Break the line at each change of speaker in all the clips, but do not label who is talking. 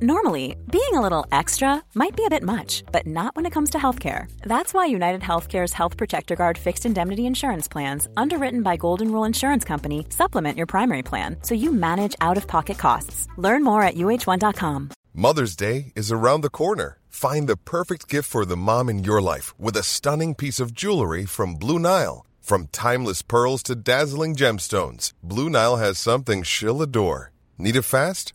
Normally, being a little extra might be a bit much, but not when it comes to healthcare. That's why United Healthcare's Health Protector Guard fixed indemnity insurance plans, underwritten by Golden Rule Insurance Company, supplement your primary plan so you manage out of pocket costs. Learn more at uh1.com.
Mother's Day is around the corner. Find the perfect gift for the mom in your life with a stunning piece of jewelry from Blue Nile. From timeless pearls to dazzling gemstones, Blue Nile has something she'll adore. Need it fast?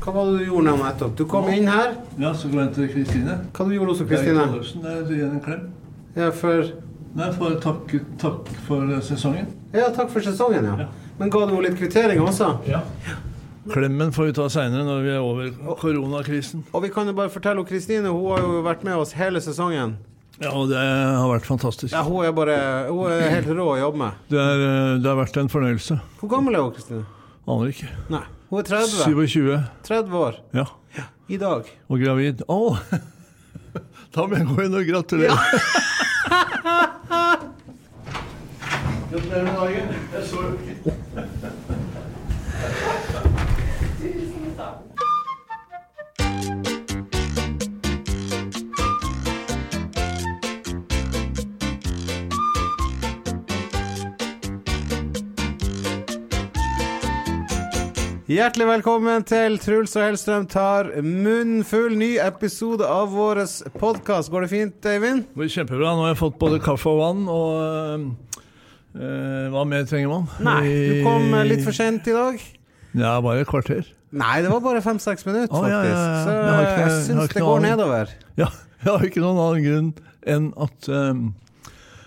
Hva var det du gjorde nå nettopp? Du kom inn her.
Ja, så går jeg til Kristine.
Hva du gjorde hos
Erik
Kristine?
Andersen, der gir jeg en klem.
Ja, for,
Nei, for takk, takk for sesongen.
ja, takk for sesongen, ja. Men ga du henne litt kvittering også?
Ja. Klemmen får vi ta seinere, når vi er over koronakrisen.
Og vi kan jo bare fortelle om Kristine, hun har jo vært med oss hele sesongen.
Ja, og det har vært fantastisk.
Ja, hun er bare Hun er helt rå å jobbe med.
Det, er, eh, det har vært en fornøyelse.
Hvor gammel er hun, Kristine?
Aner ikke.
Nei, hun er 30.
27.
30 år.
Ja.
I dag.
Og gravid. Å! Da må jeg gå inn og gratulere. Gratulerer med dagen. Jeg så jo ikke
Hjertelig velkommen til Truls og Hellstrøm tar munnen full. Ny episode av vår podkast. Går det fint, Eivind?
Det blir kjempebra. Nå har jeg fått både kaffe og vann, og eh, hva mer trenger man?
Du kom eh, litt for sent i dag.
Ja, bare et kvarter.
Nei, det var bare fem-seks minutter,
Å, ja,
faktisk.
ja, ja.
Så
Jeg har ikke-
eh, jeg
jeg har
syns
ikke
det
noe
går
annet.
nedover.
Ja, jeg har ikke noen annen grunn enn at eh,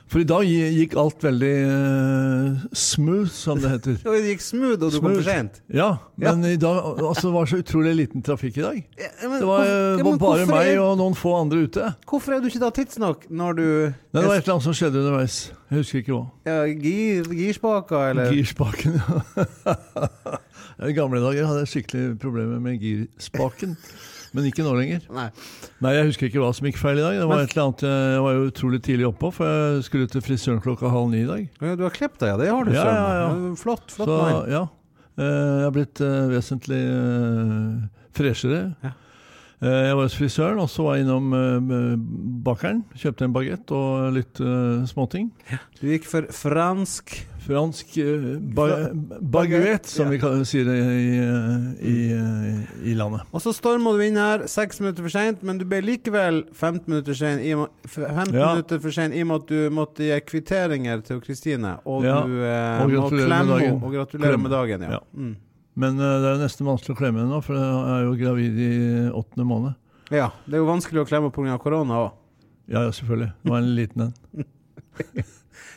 For i dag gi- gikk alt veldig eh, smooth, som det heter.
Og det gikk smooth, og du kom
Smooth.
for sent.
Ja, men i dag altså, det var så utrolig liten trafikk i dag.
Ja, men
Det var
hvorfor-
eh,
ja,
bare
men hvorfor
meg
er-
og noen få andre ute.
Hvorfor er du ikke da tidsnok når du
Nei, det var et eller annet som skjedde underveis. Jeg husker ikke hva.
ja, gir, Girspaker, eller
Girspaken, ja. I gamle dager hadde jeg skikkelig problemer med girspaken. Men ikke nå lenger.
Nei.
Nei, Jeg husker ikke hva som gikk feil i dag. Det var
Men-
et eller annet, eh, jeg var jo utrolig tidlig oppe, for jeg skulle til frisøren klokka halv ni i dag.
Ja, Du har klippet deg, ja. Det har du,
Ja,
søren.
ja, ja.
Ja, Flott,
Så
flott mann.
ja, eh, jeg har blitt eh, vesentlig eh, freshere.
Ja.
Eh, Jeg var hos frisøren, og så var jeg innom eh, bakeren. Kjøpte en bagett og litt eh, småting.
Du gikk for fransk.
Fransk eh, ba baguett, som vi kal- sier det i, eh, i, eh, i landet.
Og så storma du inn her seks minutter for seint, men du ble likevel 15 minutter, sen, i, og med- f- 15
Ja.
minutter for sein i og med at du måtte gi kvitteringer til Kristine. Og
Ja.
du eh,
Og
må
gratulerer med
klemme
dagen.
henne. Og gratulerer
Klem.
med dagen. Ja.
Ja.
Mm.
Men eh, det er nesten vanskelig å klemme henne nå, for jeg er jo gravid i åttende måned.
ja. Det er jo vanskelig å klemme pga. korona òg.
Ja, ja, selvfølgelig. Det var en liten en.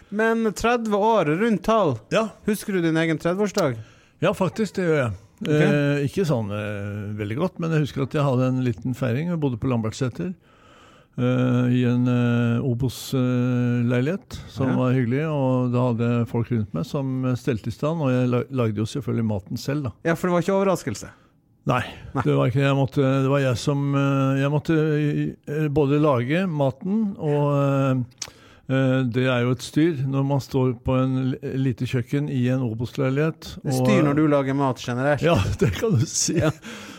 Men 30 år, rundt tall.
Ja,
Husker du din egen 30-årsdag?
ja faktisk, det gjør jeg. Eh, ikke sånn eh, veldig godt, men jeg husker at jeg hadde en liten feiring. Jeg bodde på Lambertseter. eh, I en eh, Obos-leilighet, som
Ja.
var hyggelig. Og da hadde jeg folk rundt meg som stelte i stand. Og jeg la- lagde jo selvfølgelig maten selv, da.
Ja, for det var ikke overraskelse.
Nei,
Nei.
Det, var ikke, jeg måtte, det var jeg som eh, Jeg måtte eh, både lage maten og eh, eh, Det er jo et styr når man står på en l- lite kjøkken i en Obos-leilighet.
Det
og-
styr når du lager mat generelt.
Ja, det kan du si.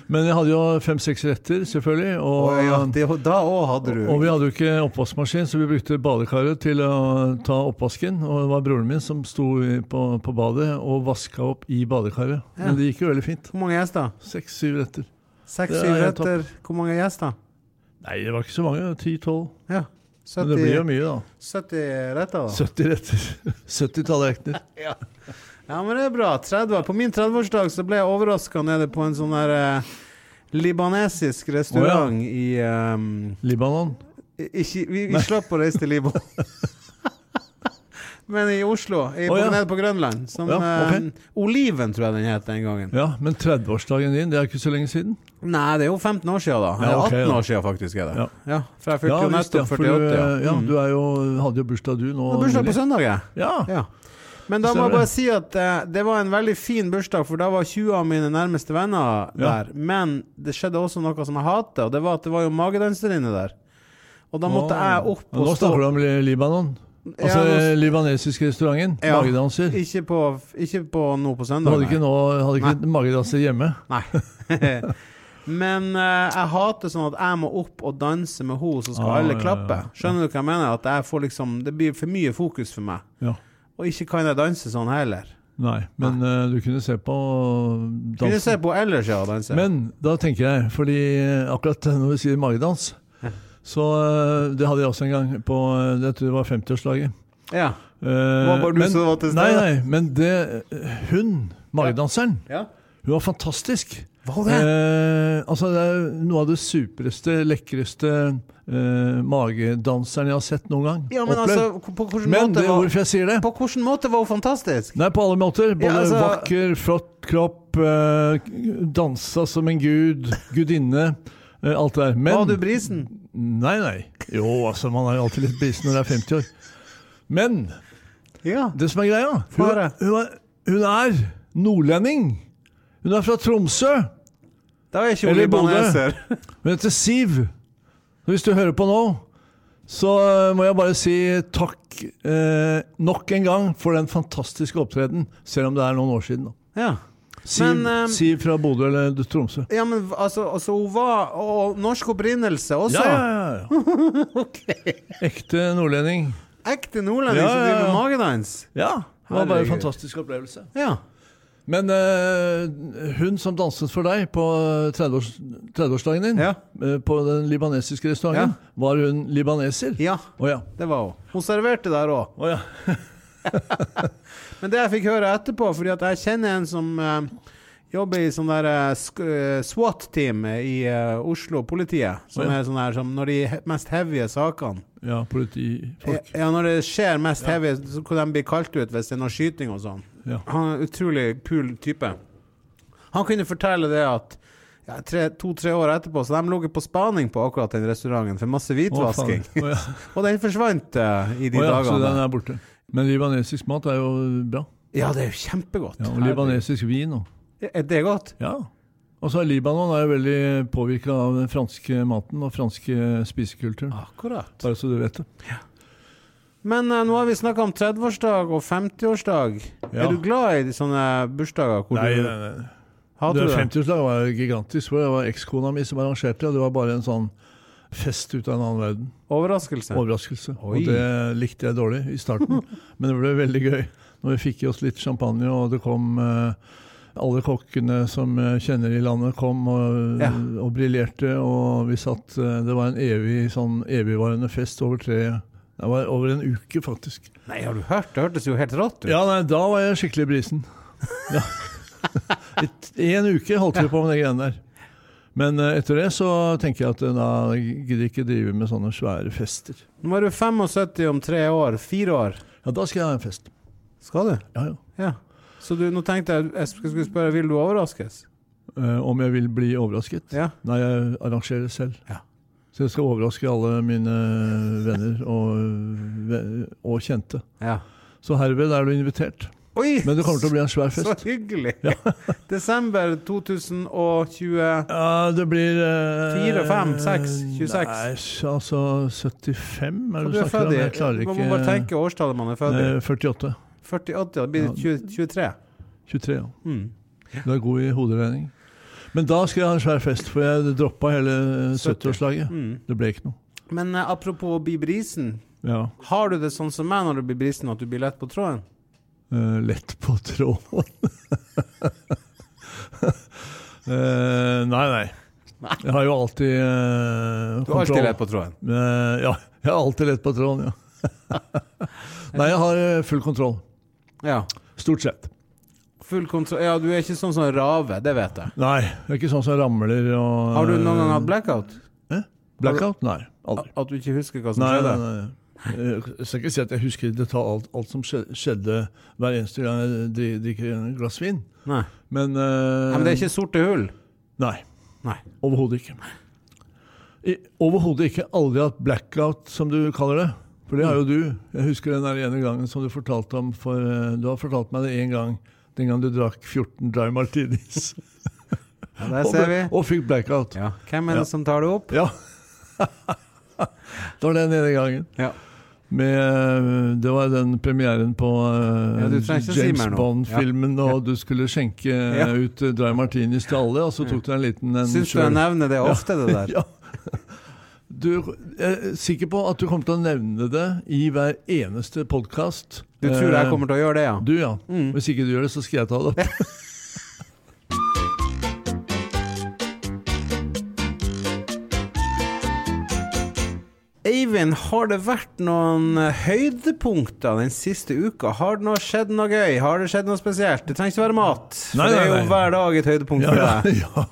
Men jeg hadde jo fem-seks retter, selvfølgelig. Og,
Og, ja, det, da òg hadde du.
og vi hadde jo ikke oppvaskmaskin, så vi brukte badekaret til å ta oppvasken. Og det var broren min som sto i- på, på badet og vaska opp i badekaret.
Ja.
Men det gikk jo veldig fint.
Hvor mange gjester?
Seks-syv retter.
Seks,
Det er
syv
helt topp.
retter. Hvor mange gjester?
Nei, det var ikke så mange. Ti-tolv.
Ja.
Men det blir jo
70,
mye, da.
70 retter, da.
70 retter. 70 tallerkener.
Ja, men det er bra. 30. På min 30-årsdag så ble jeg overraska nede på en sånn der eh, libanesisk restaurant i ehm,
Libanon.
i- Ikke Vi, vi slapp å reise til Libanon. men i Oslo. I,
Å, ja.
Nede på Grønland. Som
Ja, ok.
ehm, Oliven, tror jeg den het den gangen.
Ja, men 30-årsdagen din, det er ikke så lenge siden?
Nei, det er jo 15 år siden, da.
Ja,
Eller
ok,
18
da.
år siden, faktisk. er det
Ja.
Ja, For jeg fylte jo
visst,
nettopp
for
48.
du, eh,
ja.
ja,
Mm.
du er jo, hadde jo bursdag du nå.
Det er bursdag på
nylig.
søndag, jeg.
Ja.
Ja. Men da må
Stemmer
jeg bare
det.
si at eh, det var en veldig fin bursdag, for da var 20 av mine nærmeste venner
Ja.
der. Men det skjedde også noe som jeg hater, og det var at det var jo magedanserinne der. Og da måtte
Åh.
jeg opp
Men
og
Nå
stå
snakker du om li- Libanon. Altså
Ja, nå-
libanesiske restauranten.
Ja.
Magedanser.
Ikke på, ikke på nå på
Du
søndag.
hadde ikke, nå, hadde ikke magedanser hjemme?
nei. Men eh, jeg hater sånn at jeg må opp og danse med henne, så skal
Ah,
alle
ja,
klappe.
ja, ja.
Skjønner du hva jeg mener? At jeg får liksom, det blir for mye fokus for meg.
Ja.
Og ikke kan jeg danse sånn heller.
Nei, men eh, du kunne se på
Kunne
dansen.
se på ellers, ja, danse.
Men da tenker jeg, fordi akkurat når vi sier magedans Så eh, det hadde jeg også en gang på eh, Jeg tror det var 50-årslaget.
ja.
Eh,
var bare du
men-
som var til stede.
Nei, nei, men det Hun, magedanseren,
ja.
hun var fantastisk.
Hva var det?
Eh, altså Det er noe av det supreste, lekreste eh, magedanseren jeg har sett noen gang.
Ja, men
Opplevd.
altså, på hvilken
men
måte
det,
var
hvorfor jeg sier det?
På hvilken måte var hun fantastisk?
Nei, på alle måter. Både
altså-
vakker, flott kropp, eh, dansa som en gud, gudinne. eh, alt det der. Men
Var du brisen?
Nei, nei. Jo, altså, man er jo alltid litt brisen når det er 50 år. Men
Ja.
det som er greia
Få
Hun,
høre.
hun, er, hun er nordlending. Hun er fra Tromsø.
Da er ikke hun
Eller Bodø.
libaneser.
Hun heter Siv. Så Hvis du hører på nå, så eh, må jeg bare si takk eh, nok en gang for den fantastiske opptredenen, selv om det er noen år siden. da.
Ja.
Siv,
Men, ehm,
Siv fra Bodø eller du- Tromsø.
ja, men altså, altså hun var Og norsk opprinnelse også.
Ja, ja, ja. ja. Ekte nordlending.
Ekte nordlending
Ja,
som driver
ja,
med
ja.
magedans.
Ja. Det var bare en
Herregud.
fantastisk opplevelse.
Ja.
Men eh, hun som danset for deg på 30-års- 30-årsdagen din,
Ja.
eh, på den libanesiske restauranten, var hun libaneser?
ja.
Å ja.
Det var hun. Hun serverte der òg.
Å ja.
Men det jeg fikk høre etterpå, fordi at jeg kjenner en som eh, jobber i sånn der eh, sk- eh, SWAT-team i eh, Oslo-politiet. Som
Å, ja.
er sånn der som når de he- mest heavige sakene
Ja, politifolk.
Ja, når det skjer mest heavy, så hvor de blir kalt ut hvis det er noe skyting og sånn.
Ja.
Han er en utrolig kul type. Han kunne fortelle det at ja, tre- to-tre år etterpå så de lå på spaning på akkurat den restauranten for masse
Å, faen.
hvitvasking.
Å, ja.
og den forsvant eh, i de
Å ja, så den
dagene.
er borte. Men libanesisk mat er jo bra.
Ja, det er jo kjempegodt.
Ja, og
Herregud.
libanesisk vin òg.
Er det godt?
Ja. Og så er Libanon er jo veldig påvirka av den franske maten og franske spisekulturen.
Akkurat.
Bare så du vet det.
Men eh, nå har vi snakka om 30-årsdag og 50-årsdag.
Ja.
Er du glad i sånne bursdager? Hvor du,
nei. eh,
Hater
Det
du det?
50-årslag var jo gigantisk. For det var ekskona mi som arrangerte, og det var bare en sånn fest ut av en annen verden.
Overraskelse?
Overraskelse.
Oi.
Og det likte jeg dårlig i starten, men det ble veldig gøy. Når vi fikk i oss litt champagne, og det kom eh, alle kokkene som eh, kjenner i landet, kom og,
Ja.
og briljerte. Og vi satt eh, Det var en evig, sånn evigvarende fest over tre Det var over en uke, faktisk.
Nei, har du hørt? Det hørtes jo helt rått ut.
Ja, nei, da var jeg skikkelig brisen. Ja. I t- I en uke holdt vi på med de greiene der. Men eh, etter det så tenker jeg at eh, da gidder jeg ikke drive med sånne svære fester.
Nå er du 75 om tre år, fire år.
Ja, da skal jeg ha en fest.
Skal du?
Ja, ja.
Ja. Så du, nå tenkte jeg jeg skulle skulle spørre, vil du overraskes?
Eh, om jeg vil bli overrasket?
Ja.
Nei, jeg arrangerer selv.
Ja.
Så jeg skal overraske alle mine venner og, ve- og kjente.
ja.
Så herved er du invitert.
Oi!
Men det kommer til å bli en svær
Så
fest.
hyggelig! Desember 2020.
Ja, det blir eh,
Fire, fem, seks, 26.
Nei, s- altså 75 er det
Og Du
du
er
snakker
født
om.
i
Jeg klarer
Man
ikke
må bare tenke årstallet man er født i.
Eh, 48.
48, da blir det 20, 23.
23, ja.
Mm.
Du er god i hoderegning. Men da skal jeg ha en svær fest, for jeg droppa hele 70-årslaget.
Mm.
Det ble ikke noe.
Men eh, apropos å bli brisen.
Ja.
Har du det sånn som meg når du blir brisen, at du blir lett på tråden?
Eh, lett på tråden. Eh, nei, nei. Jeg har jo alltid eh,
Du har alltid
kontroll.
lett på tråden.
Eh, ja, jeg har alltid lett på tråden, ja. Nei, jeg har eh, full kontroll.
Ja.
Stort sett.
Full kontroll Ja, du er ikke sånn som Rave, det vet jeg.
Nei, det er ikke sånn som ramler og eh,
Har du noen gang hatt blackout?
Blackout? Nei, aldri.
At du ikke husker hva som
Nei, nei,
skjedde?
nei. Eh, Jeg skal ikke si at jeg husker i detalj alt, alt som skje- skjedde hver eneste gang jeg dri- drikker en glass vin,
Nei.
men, eh,
Nei, Men det er ikke sorte hull?
Nei,
Nei.
overhodet ikke. I- Overhodet ikke. Aldri hatt blackout, som du kaller det. For det har jo du. Jeg husker den der ene gangen som du fortalte om for eh, Du har fortalt meg det én gang. Den gangen du drakk 14 dry martinis
Ja, der
og,
ser vi.
ble- og fikk blackout.
Ja. Hvem er det
Ja.
som tar det opp?
Ja. det var den ene gangen.
Ja.
Med, eh, det var den premieren på eh,
Ja, du trenger ikke å si
James
mer nå.
Bond-filmen, og du skulle skjenke eh,
Ja. Mm.
ut eh, dry martinis til alle, og så tok du en liten en
Syns du jeg
selv.
nevner det ofte, det der?
Ja. Du jeg er sikker på at du kommer til å nevne det i hver eneste podkast.
Du tror jeg kommer til Mm. å gjøre det, ja?
Eh, Du, ja. Hvis ikke du gjør det, så skal jeg ta det opp.
Eivind, har det vært noen høydepunkter den siste uka? Har det nå skjedd noe gøy? Har det skjedd noe spesielt? Det trenger ikke være mat. For
Nei,
det er
nei,
jo
nei.
hver dag et høydepunkt
Ja,
for
ja,
deg.
ja.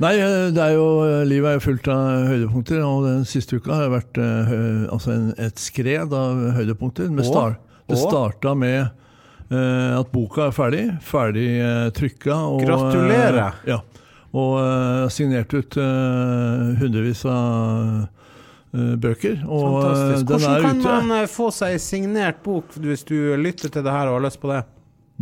Nei, eh, det er jo, eh, livet er jo fullt av høydepunkter, og den siste uka har det vært eh, hø- altså en, et skred av høydepunkter. Med
Og?
star, det
Og?
starta med eh, at boka er ferdig. Ferdig uh, trykka. Og, eh,
Gratulerer!
ja. Og eh, signert ut eh, hundrevis av eh, bøker. Og eh, den
Fantastisk. Hvordan
er
kan
ute.
man eh, få seg ei signert bok hvis du lytter til det her og har lyst på det?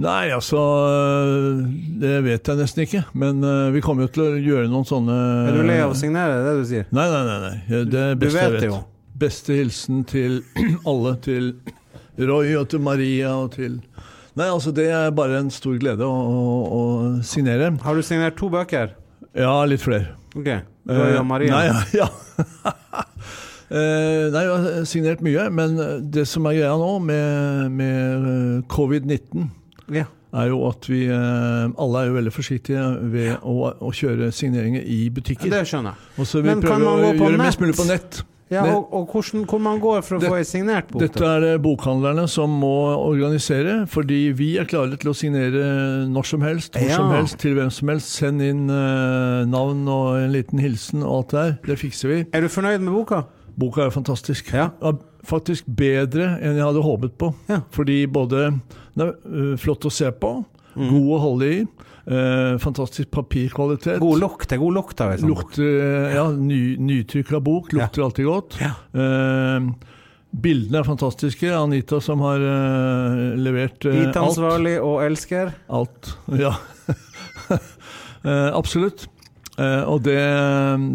Nei, altså øh, Det vet jeg nesten ikke. Men øh, vi kommer jo til å gjøre noen sånne
Er du lei
Eh.
av å signere, det er det du sier?
Nei, nei, nei. nei. Ja, Det er
Du
beste
vet
jeg
det
vet.
jo.
Beste hilsen til alle. Til Roy og til Maria og til Nei, altså det er bare en stor glede å, å, å signere.
Har du signert to bøker?
Ja, litt flere.
Ok. Roy og
Eh,
Maria.
Nei, ja. Eh, nei, jeg har signert mye, men det som er greia nå med, med eh, covid-19
Ja.
er jo at vi eh, alle er jo veldig forsiktige ved å, å kjøre signeringer i
Ja,
butikker.
Det skjønner jeg.
Og så vi
Men kan
prøver
man
å
gå på
gjøre mest
nett?
mulig på nett.
Ja,
Det-
og, og hvordan, hvor man går for å
Det-
få ei signert bok?
Dette
da?
er det bokhandlerne som må organisere, fordi vi er klare til å signere når som helst, hvor
Ja.
som helst, til hvem som helst. Send inn eh, navn og en liten hilsen og alt det der. Det fikser vi.
Er du fornøyd med boka?
Boka er fantastisk.
Ja.
Faktisk bedre enn jeg hadde håpet på.
Ja.
Fordi både den er øh, flott å se på,
Mm.
god å holde i, øh, fantastisk papirkvalitet.
God lukt. Det er god lukt av ei sånn bok.
Lukter eh, ja, ny, nytrykka bok. Lukter alltid godt.
Ja.
Eh, bildene er fantastiske. Anita som har eh, levert eh, alt.
Bitansvarlig og elsker.
Alt. Ja. Eh, absolutt. Eh, og det,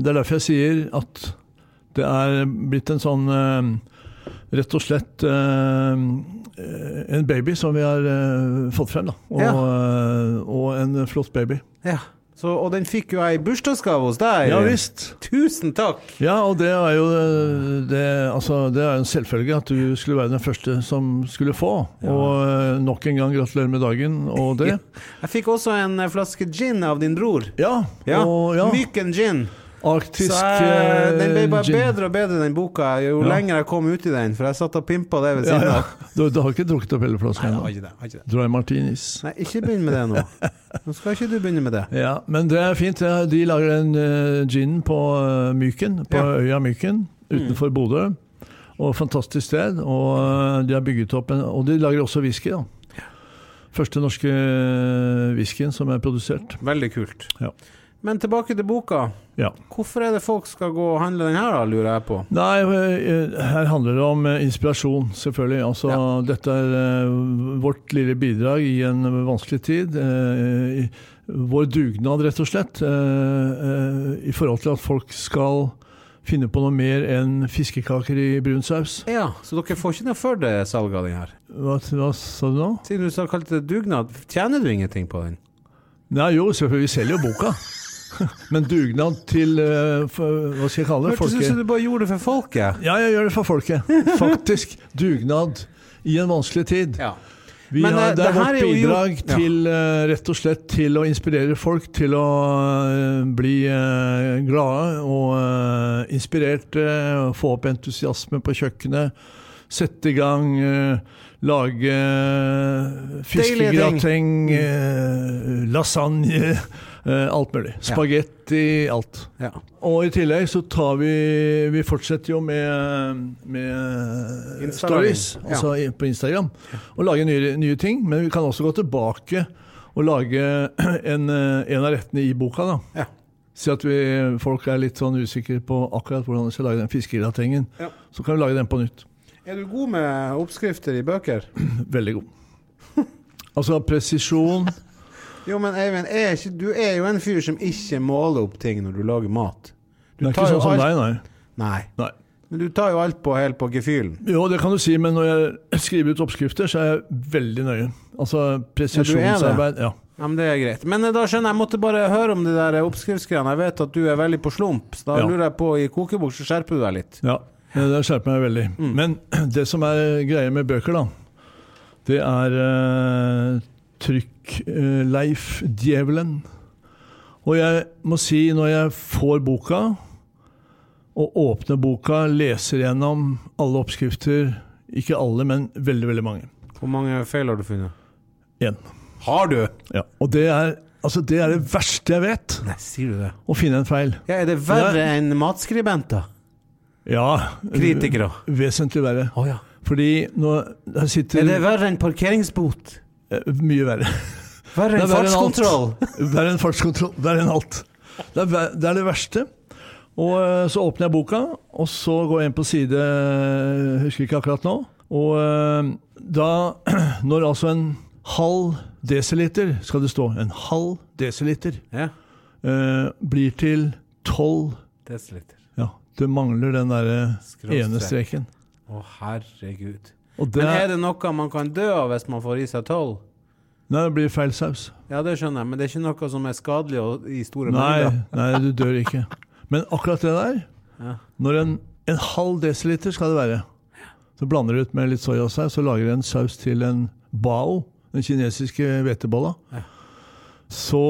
det er derfor jeg sier at det er blitt en sånn eh, Rett og slett eh, en baby som vi har eh, fått frem, da. Og,
Ja.
eh, og en flott baby.
Ja. Så, og den fikk jo jeg i bursdagsgave hos deg.
Ja visst.
Tusen takk!
Ja, og det er jo eh, det, altså, det er jo en selvfølge at du skulle være den første som skulle få. Og eh, nok en gang gratulerer med dagen og det.
Jeg fikk også en eh, flaske gin av din bror.
Ja,
Ja.
og ja,
Myken gin.
arktisk
så jeg, den ble
eh,
bare
gin.
bedre og bedre, den boka, jo
Ja.
lenger jeg kom uti den. For jeg satt og pimpa det ved
Ja,
siden
ja.
av.
Du, du har ikke drukket opp hele flasken
Nei, jeg har
ennå?
ikke det, jeg har ikke det.
Dry martinis.
Nei, ikke begynn med det nå. Nå skal ikke du begynne med det.
Ja, men det er fint. Ja, De lager den eh, ginen på eh, Myken, på
Ja.
øya Myken utenfor Bodø. Og fantastisk sted. Og eh, de har bygget opp en Og de lager også whisky, da. Første norske eh, whiskyen som er produsert.
Veldig kult.
Ja.
Men tilbake til boka.
Ja.
Hvorfor er det folk skal gå og handle den her, da, lurer jeg på.
Nei, eh, her handler det om eh, inspirasjon, selvfølgelig. Altså, Dette er eh, vårt lille bidrag i en vanskelig tid. eh, i- Vår dugnad, rett og slett, eh, eh, i forhold til at folk skal finne på noe mer enn fiskekaker i brun saus.
Ja, Så dere får ikke noe for det salget av den her?
Hva, hva sa du nå?
Siden du så kalte det dugnad, tjener du ingenting på den?
Nei, jo, selvfølgelig, vi selger jo boka. Men dugnad til eh, for, Hva skal jeg kalle det?
Hørtes ut
Folke-
som du bare gjorde det for folket.
Ja, jeg gjør det for folket. Faktisk. Dugnad i en vanskelig tid.
Ja.
Vi
Men,
har,
eh,
det
det
er vårt
her er jo-
bidrag
ja.
til eh, rett og slett til å inspirere folk til å eh, bli eh, glade og eh, inspirerte. og Få opp entusiasme på kjøkkenet. Sette i gang, eh, lage eh,
Deilige
fiskegrateng, eh, lasagne, eh, alt mulig. Spagetti, alt.
Ja.
Og i tillegg så tar vi Vi fortsetter jo med, med
Instagram.
stories, altså i- på Instagram, og lager nye, nye ting. Men vi kan også gå tilbake og lage en, eh, en av rettene i boka. da.
Ja.
Si at vi, folk er litt sånn usikre på akkurat hvordan de skal lage den fiskegratengen.
Ja.
Så kan vi lage den på nytt.
Er du god med oppskrifter i bøker?
Veldig god. Altså presisjon
Jo, men Eivind, er ikke, du er jo en fyr som ikke måler opp ting når du lager mat. Du
Det er ikke
tar jo
sånn som
alt-
deg, nei.
Nei.
nei.
Men du tar jo alt på helt på gefühlen.
Jo, det kan du si, men når jeg skriver ut oppskrifter, så er jeg veldig nøye. Altså presisjonsarbeid. Ja.
Ja, men det er greit. Men eh, da skjønner jeg, jeg måtte bare høre om de der eh, oppskriftsgreiene. Jeg vet at du er veldig på slump, så da
Ja.
lurer jeg på I kokebok så skjerper du deg litt.
Ja, det skjerper meg veldig.
Mm.
Men det som er greia med bøker, da, det er eh, trykk-Leif-djevelen. og jeg må si, når jeg får boka, og åpner boka, leser gjennom alle oppskrifter Ikke alle, men veldig, veldig mange.
Hvor mange feil har du funnet?
Én.
Har du?
Ja. Og det er, altså, det er det verste jeg vet,
Nei, sier du det?
å finne en feil.
Ja, Er det verre enn matskribenter?
Ja.
Kritikere.
Vesentlig verre.
Å ja.
Fordi nå her sitter
Er det verre enn parkeringsbot?
eh, Mye verre.
Verre
Det
enn
er verre enn alt.
fartskontroll?
Det er en fartskontroll. Det er en alt. Det er, ver- det er det verste. Og eh, så åpner jeg boka, og så går jeg inn på side eh, Husker ikke akkurat nå. Og eh, da Når altså en halv desiliter, skal det stå, en halv desiliter
Ja.
eh, blir til tolv
Desiliter.
Ja, det mangler den derre
Skråstrek.
ene streken.
Å, herregud.
Og det,
Men er det noe man kan dø av hvis man får i seg tolv?
nei, det blir feil saus.
Ja, det skjønner jeg, men det er ikke noe som er skadelig og- i store
Nei,
mengder.
nei, du dør ikke. Men akkurat det der
Ja.
Når en, en halv desiliter skal det være, så blander du ut med litt soyasaus og lager en saus til en bao, den kinesiske hvetebolla, så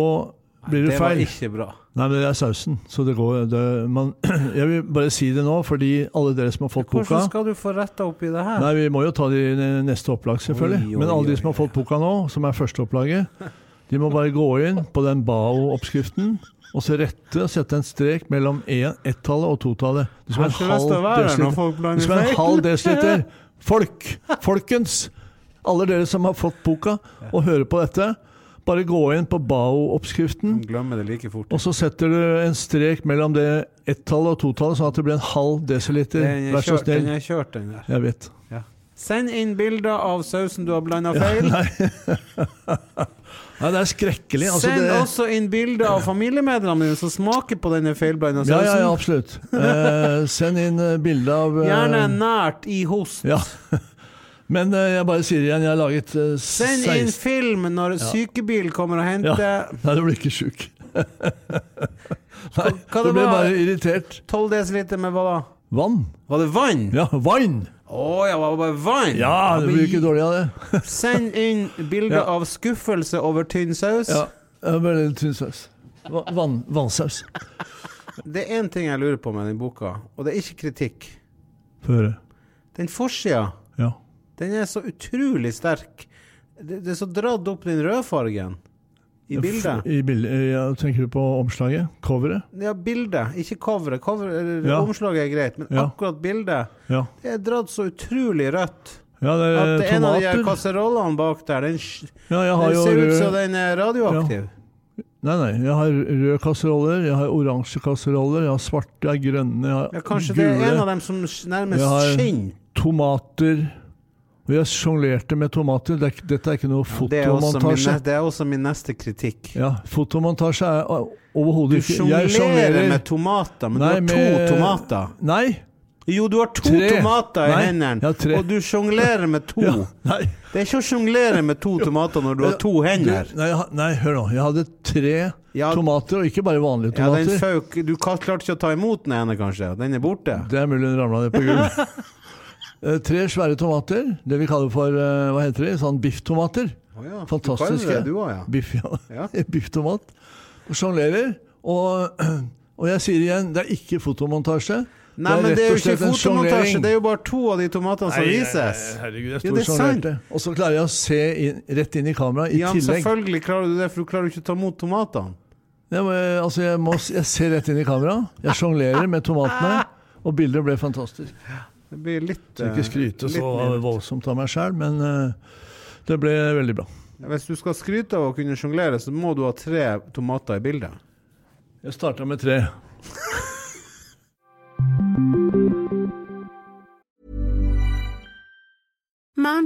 blir det,
Det var
feil.
ikke bra.
Nei, men det er sausen. Så det går det, man, Jeg vil bare si det nå, fordi alle dere som har fått boka
Hvordan skal du få retta opp i det her?
Nei, vi må jo ta de i neste opplag, selvfølgelig.
Oi, oi,
Men alle
oi,
de som har fått boka nå, som er førsteopplaget, de må bare gå inn på den Bao-oppskriften og så rette og sette en strek mellom en- ett-tallet og to-tallet. Det
Jeg har ikke lyst til å være her når folk blander
Det som er en
feil.
halv desiliter. Folk! Folkens! Alle dere som har fått boka og hører på dette, bare gå inn på Bao-oppskriften.
Glemme det like fort.
Og så setter du en strek mellom det ett-tallet og to-tallet, sånn at det blir en halv desiliter.
Den er
Vær så
kjørt, den
snill.
er kjørt, den der.
Jeg vet.
Send inn bilder av sausen du har blanda feil.
Nei, det er skrekkelig. Altså,
Send
det,
også inn bilder av familiemedlemmene dine som smaker på denne feilblanda
Ja, ja, ja
sausen.
absolutt. Eh, send inn eh, bilde av eh,
Gjerne nært i host.
Ja. Men eh, jeg bare sier igjen, jeg har laget eh,
Send
16
inn film når sykebil kommer og henter.
Nei, du blir ikke sjuk. Nei,
hva
du
det
blir
var?
bare irritert.
12 dl med hva da?
Vann.
Var det vann?
Ja, vann!
Å ja, var det bare vann?
Ja, du
men
blir ikke dårlig av det.
Send inn bilder
Ja.
av skuffelse over tynn saus.
Ja, det er Veldig tynn saus. Va- Vann, vannsaus.
Det er én ting jeg lurer på med den boka, og det er ikke kritikk.
Få høre.
Den forsida,
Ja.
den er så utrolig sterk. Det, det er så dratt opp den rødfargen i bildet.
I bildet. Eh, Ja, tenker du på omslaget? Coveret?
Ja, bildet, ikke coveret. Cover, eller
Ja.
Omslaget er greit, men
Ja.
akkurat bildet
Ja.
det er dratt så utrolig rødt.
ja, det
At
er
det er en av de her
Eh, tomater.
kasserollene bak der, den, sj-
Ja, jeg har
den
jo
ser ut
rød-
som den er radioaktiv.
Nei, nei. Jeg har røde kasseroller, jeg har oransje kasseroller, jeg har svarte, jeg har grønne, jeg har
Ja, kanskje
gule,
det er en av dem som s- nærmest
Jeg har-
skinner.
tomater Og jeg sjonglerte med tomater. Det er, ikke- dette er ikke noe
Det er, også min,
fotomontasje.
ne- det er også min neste kritikk.
Ja, fotomontasje er o- overhodet
Du
ikke Jeg
sjonglerer med tomater, men
Nei,
du har to
med-
tomater.
Nei.
Jo, du har to
Tre.
tomater i
Nei, jeg
hendene,
har tre.
og du sjonglerer med to.
Ja, nei.
Det er ikke å sjonglere med to tomater når du har to hender.
Du, nei, jeg ha- nei, hør nå. Jeg hadde tre
Ja.
tomater, og ikke bare vanlige
Ja, den
tomater.
fauk Du ka- klarte ikke å ta imot den ene, kanskje. Den er borte.
det er mulig den ramla ned på gulvet. Eh, tre svære tomater. Det vi kaller for eh, hva heter det, sånn bifftomater.
Å ja, du kan
Fantastiske.
det, du også, ja.
Biff, ja.
Ja.
Bifftomat. Og Sjonglerer. Og, og jeg sier igjen, det er ikke fotomontasje.
Nei, men
rett
det er jo
og
ikke
slett en
fotomontasje.
sjonglering.
Det er jo bare to av de tomatene som
Nei,
vises.
eh, Herregud, jeg
Ja, det er sant.
storsjonglerte. Og så klarer jeg å se inn, rett inn i kameraet i
Ja, men
tillegg.
selvfølgelig klarer du det, for du klarer jo ikke å ta imot tomatene.
Ja, men, eh, altså, jeg, må, s- jeg ser rett inn i kameraet. Jeg sjonglerer med
Ah!
tomatene. Og bildet ble fantastisk.
Det blir litt
Skal
eh,
ikke skryte
litt
så
mer.
voldsomt av meg sjøl, men eh, det ble veldig bra.
Hvis du skal skryte av å kunne sjonglere, så må du ha tre tomater i bildet.
Jeg starta med tre.
Mom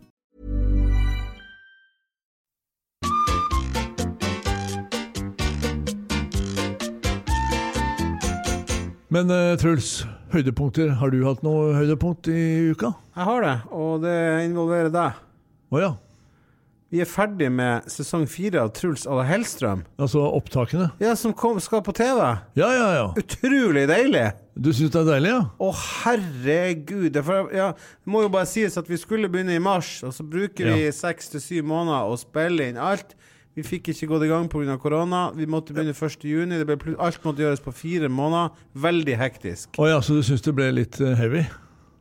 Men eh, Truls, høydepunkter. Har du hatt noe høydepunkt i uka?
Jeg har det, og det involverer deg.
Å ja.
Vi er ferdig med sesong fire av Truls à la Hellstrøm,
Altså opptakene.
ja, som kom, skal på TV.
Ja, ja, ja.
Utrolig deilig!
Du syns det er deilig, ja?
Å, herregud! Det er for- ja, det må jo bare sies at vi skulle begynne i mars, og så bruker vi
Ja.
seks til syv måneder å spille inn alt. Vi fikk ikke gått i gang pga. korona. Vi måtte begynne 1.6. Det ble plut- Alt måtte gjøres på fire måneder. Veldig hektisk.
Å ja, så du syns det ble litt eh, heavy?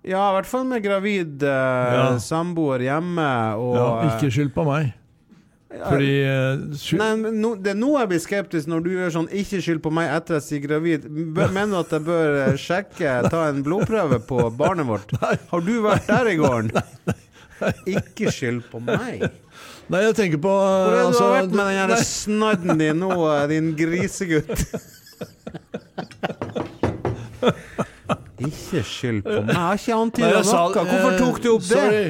Ja, i hvert fall med gravid eh,
Ja.
samboer hjemme og
Ja,
eh,
ikke skyld på meg. Fordi eh, skyld,
Nei, men nå- det er nå jeg blir skeptisk, når du gjør sånn 'ikke skyld på meg etter jeg sier gravid'. Bør, mener du at jeg bør eh, sjekke, ta en blodprøve på barnet vårt? Har du vært der i gården? Ikke skyld på meg.
Nei, jeg tenker på eh,
Hvor er det du har
altså,
vært med den
nei,
jævla snadden din nå, eh, din grisegutt? Ikke skyld på meg. Jeg har ikke
nei,
antyda
jeg sa-
noe. Hvorfor
eh,
tok du opp det?
Sorry,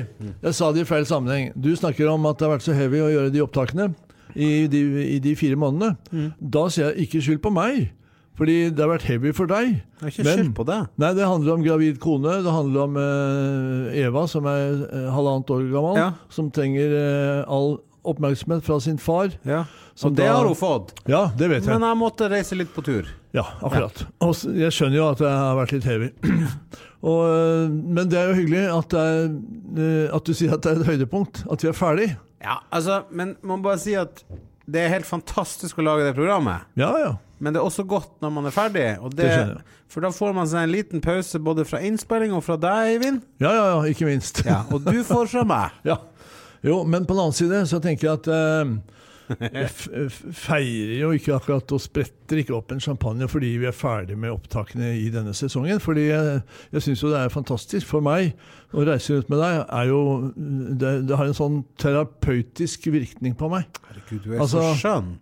jeg sa det i feil sammenheng. Du snakker om at det har vært så heavy å gjøre de opptakene i de, i de fire månedene.
Mm.
Da sier jeg 'ikke skyld på meg', fordi det har vært heavy for deg.
Jeg har ikke skyld på det.
Nei, det handler om gravid kone. Det handler om eh, Eva, som er eh, halvannet år gammel,
Ja.
som trenger eh, all oppmerksomhet fra sin far.
Ja.
Som
Og det
da-
har hun fått.
Ja, det vet jeg.
Men jeg måtte reise litt på tur.
Ja, akkurat. Og s- jeg skjønner jo at jeg har vært litt heavy. Og, eh, men det er jo hyggelig at, det er, eh, at du sier at det er et høydepunkt. At vi er ferdig.
Ja, altså, men man må bare si at det er helt fantastisk å lage det programmet.
Ja, ja.
Men det er også godt når man er ferdig, og det,
Det skjønner jeg.
for da får man seg en liten pause både fra innspilling og fra deg, Eivind.
Ja, ja, ja, ikke minst.
Ja, og du får fra meg.
Ja. Jo, men på den annen side så tenker jeg at eh, jeg f- f- feirer jo ikke akkurat og spretter ikke opp en champagne fordi vi er ferdig med opptakene i denne sesongen. Fordi jeg, jeg syns jo det er fantastisk. For meg å reise rundt med deg er jo det, det har en sånn terapeutisk virkning på meg.
Herregud, du er
Altså,
så skjønn.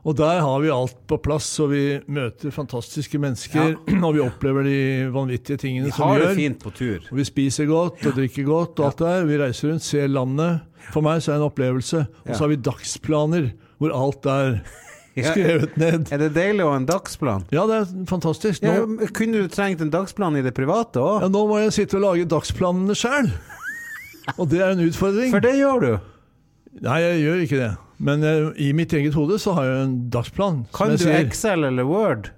Og der har vi alt på plass, og vi møter fantastiske mennesker. Og vi opplever de vanvittige tingene
Vi
som
har
vi
det
gjør.
fint på tur.
Og vi spiser godt og drikker godt og alt det der. Vi reiser rundt, ser landet. For meg så er det en opplevelse. Og
Ja.
så har vi dagsplaner hvor alt er
Ja.
skrevet ned.
Er det deilig å ha en dagsplan?
Ja, det er fantastisk.
Ja,
Nå,
men kunne du trengt en dagsplan i det private òg?
ja, nå må jeg sitte og lage dagsplanene sjøl. Og det er en utfordring.
For det gjør du.
Nei, jeg gjør ikke det. Men jeg, i mitt eget hode så har jeg en dagsplan.
Kan
som
du
jeg sier.
Excel eller Word?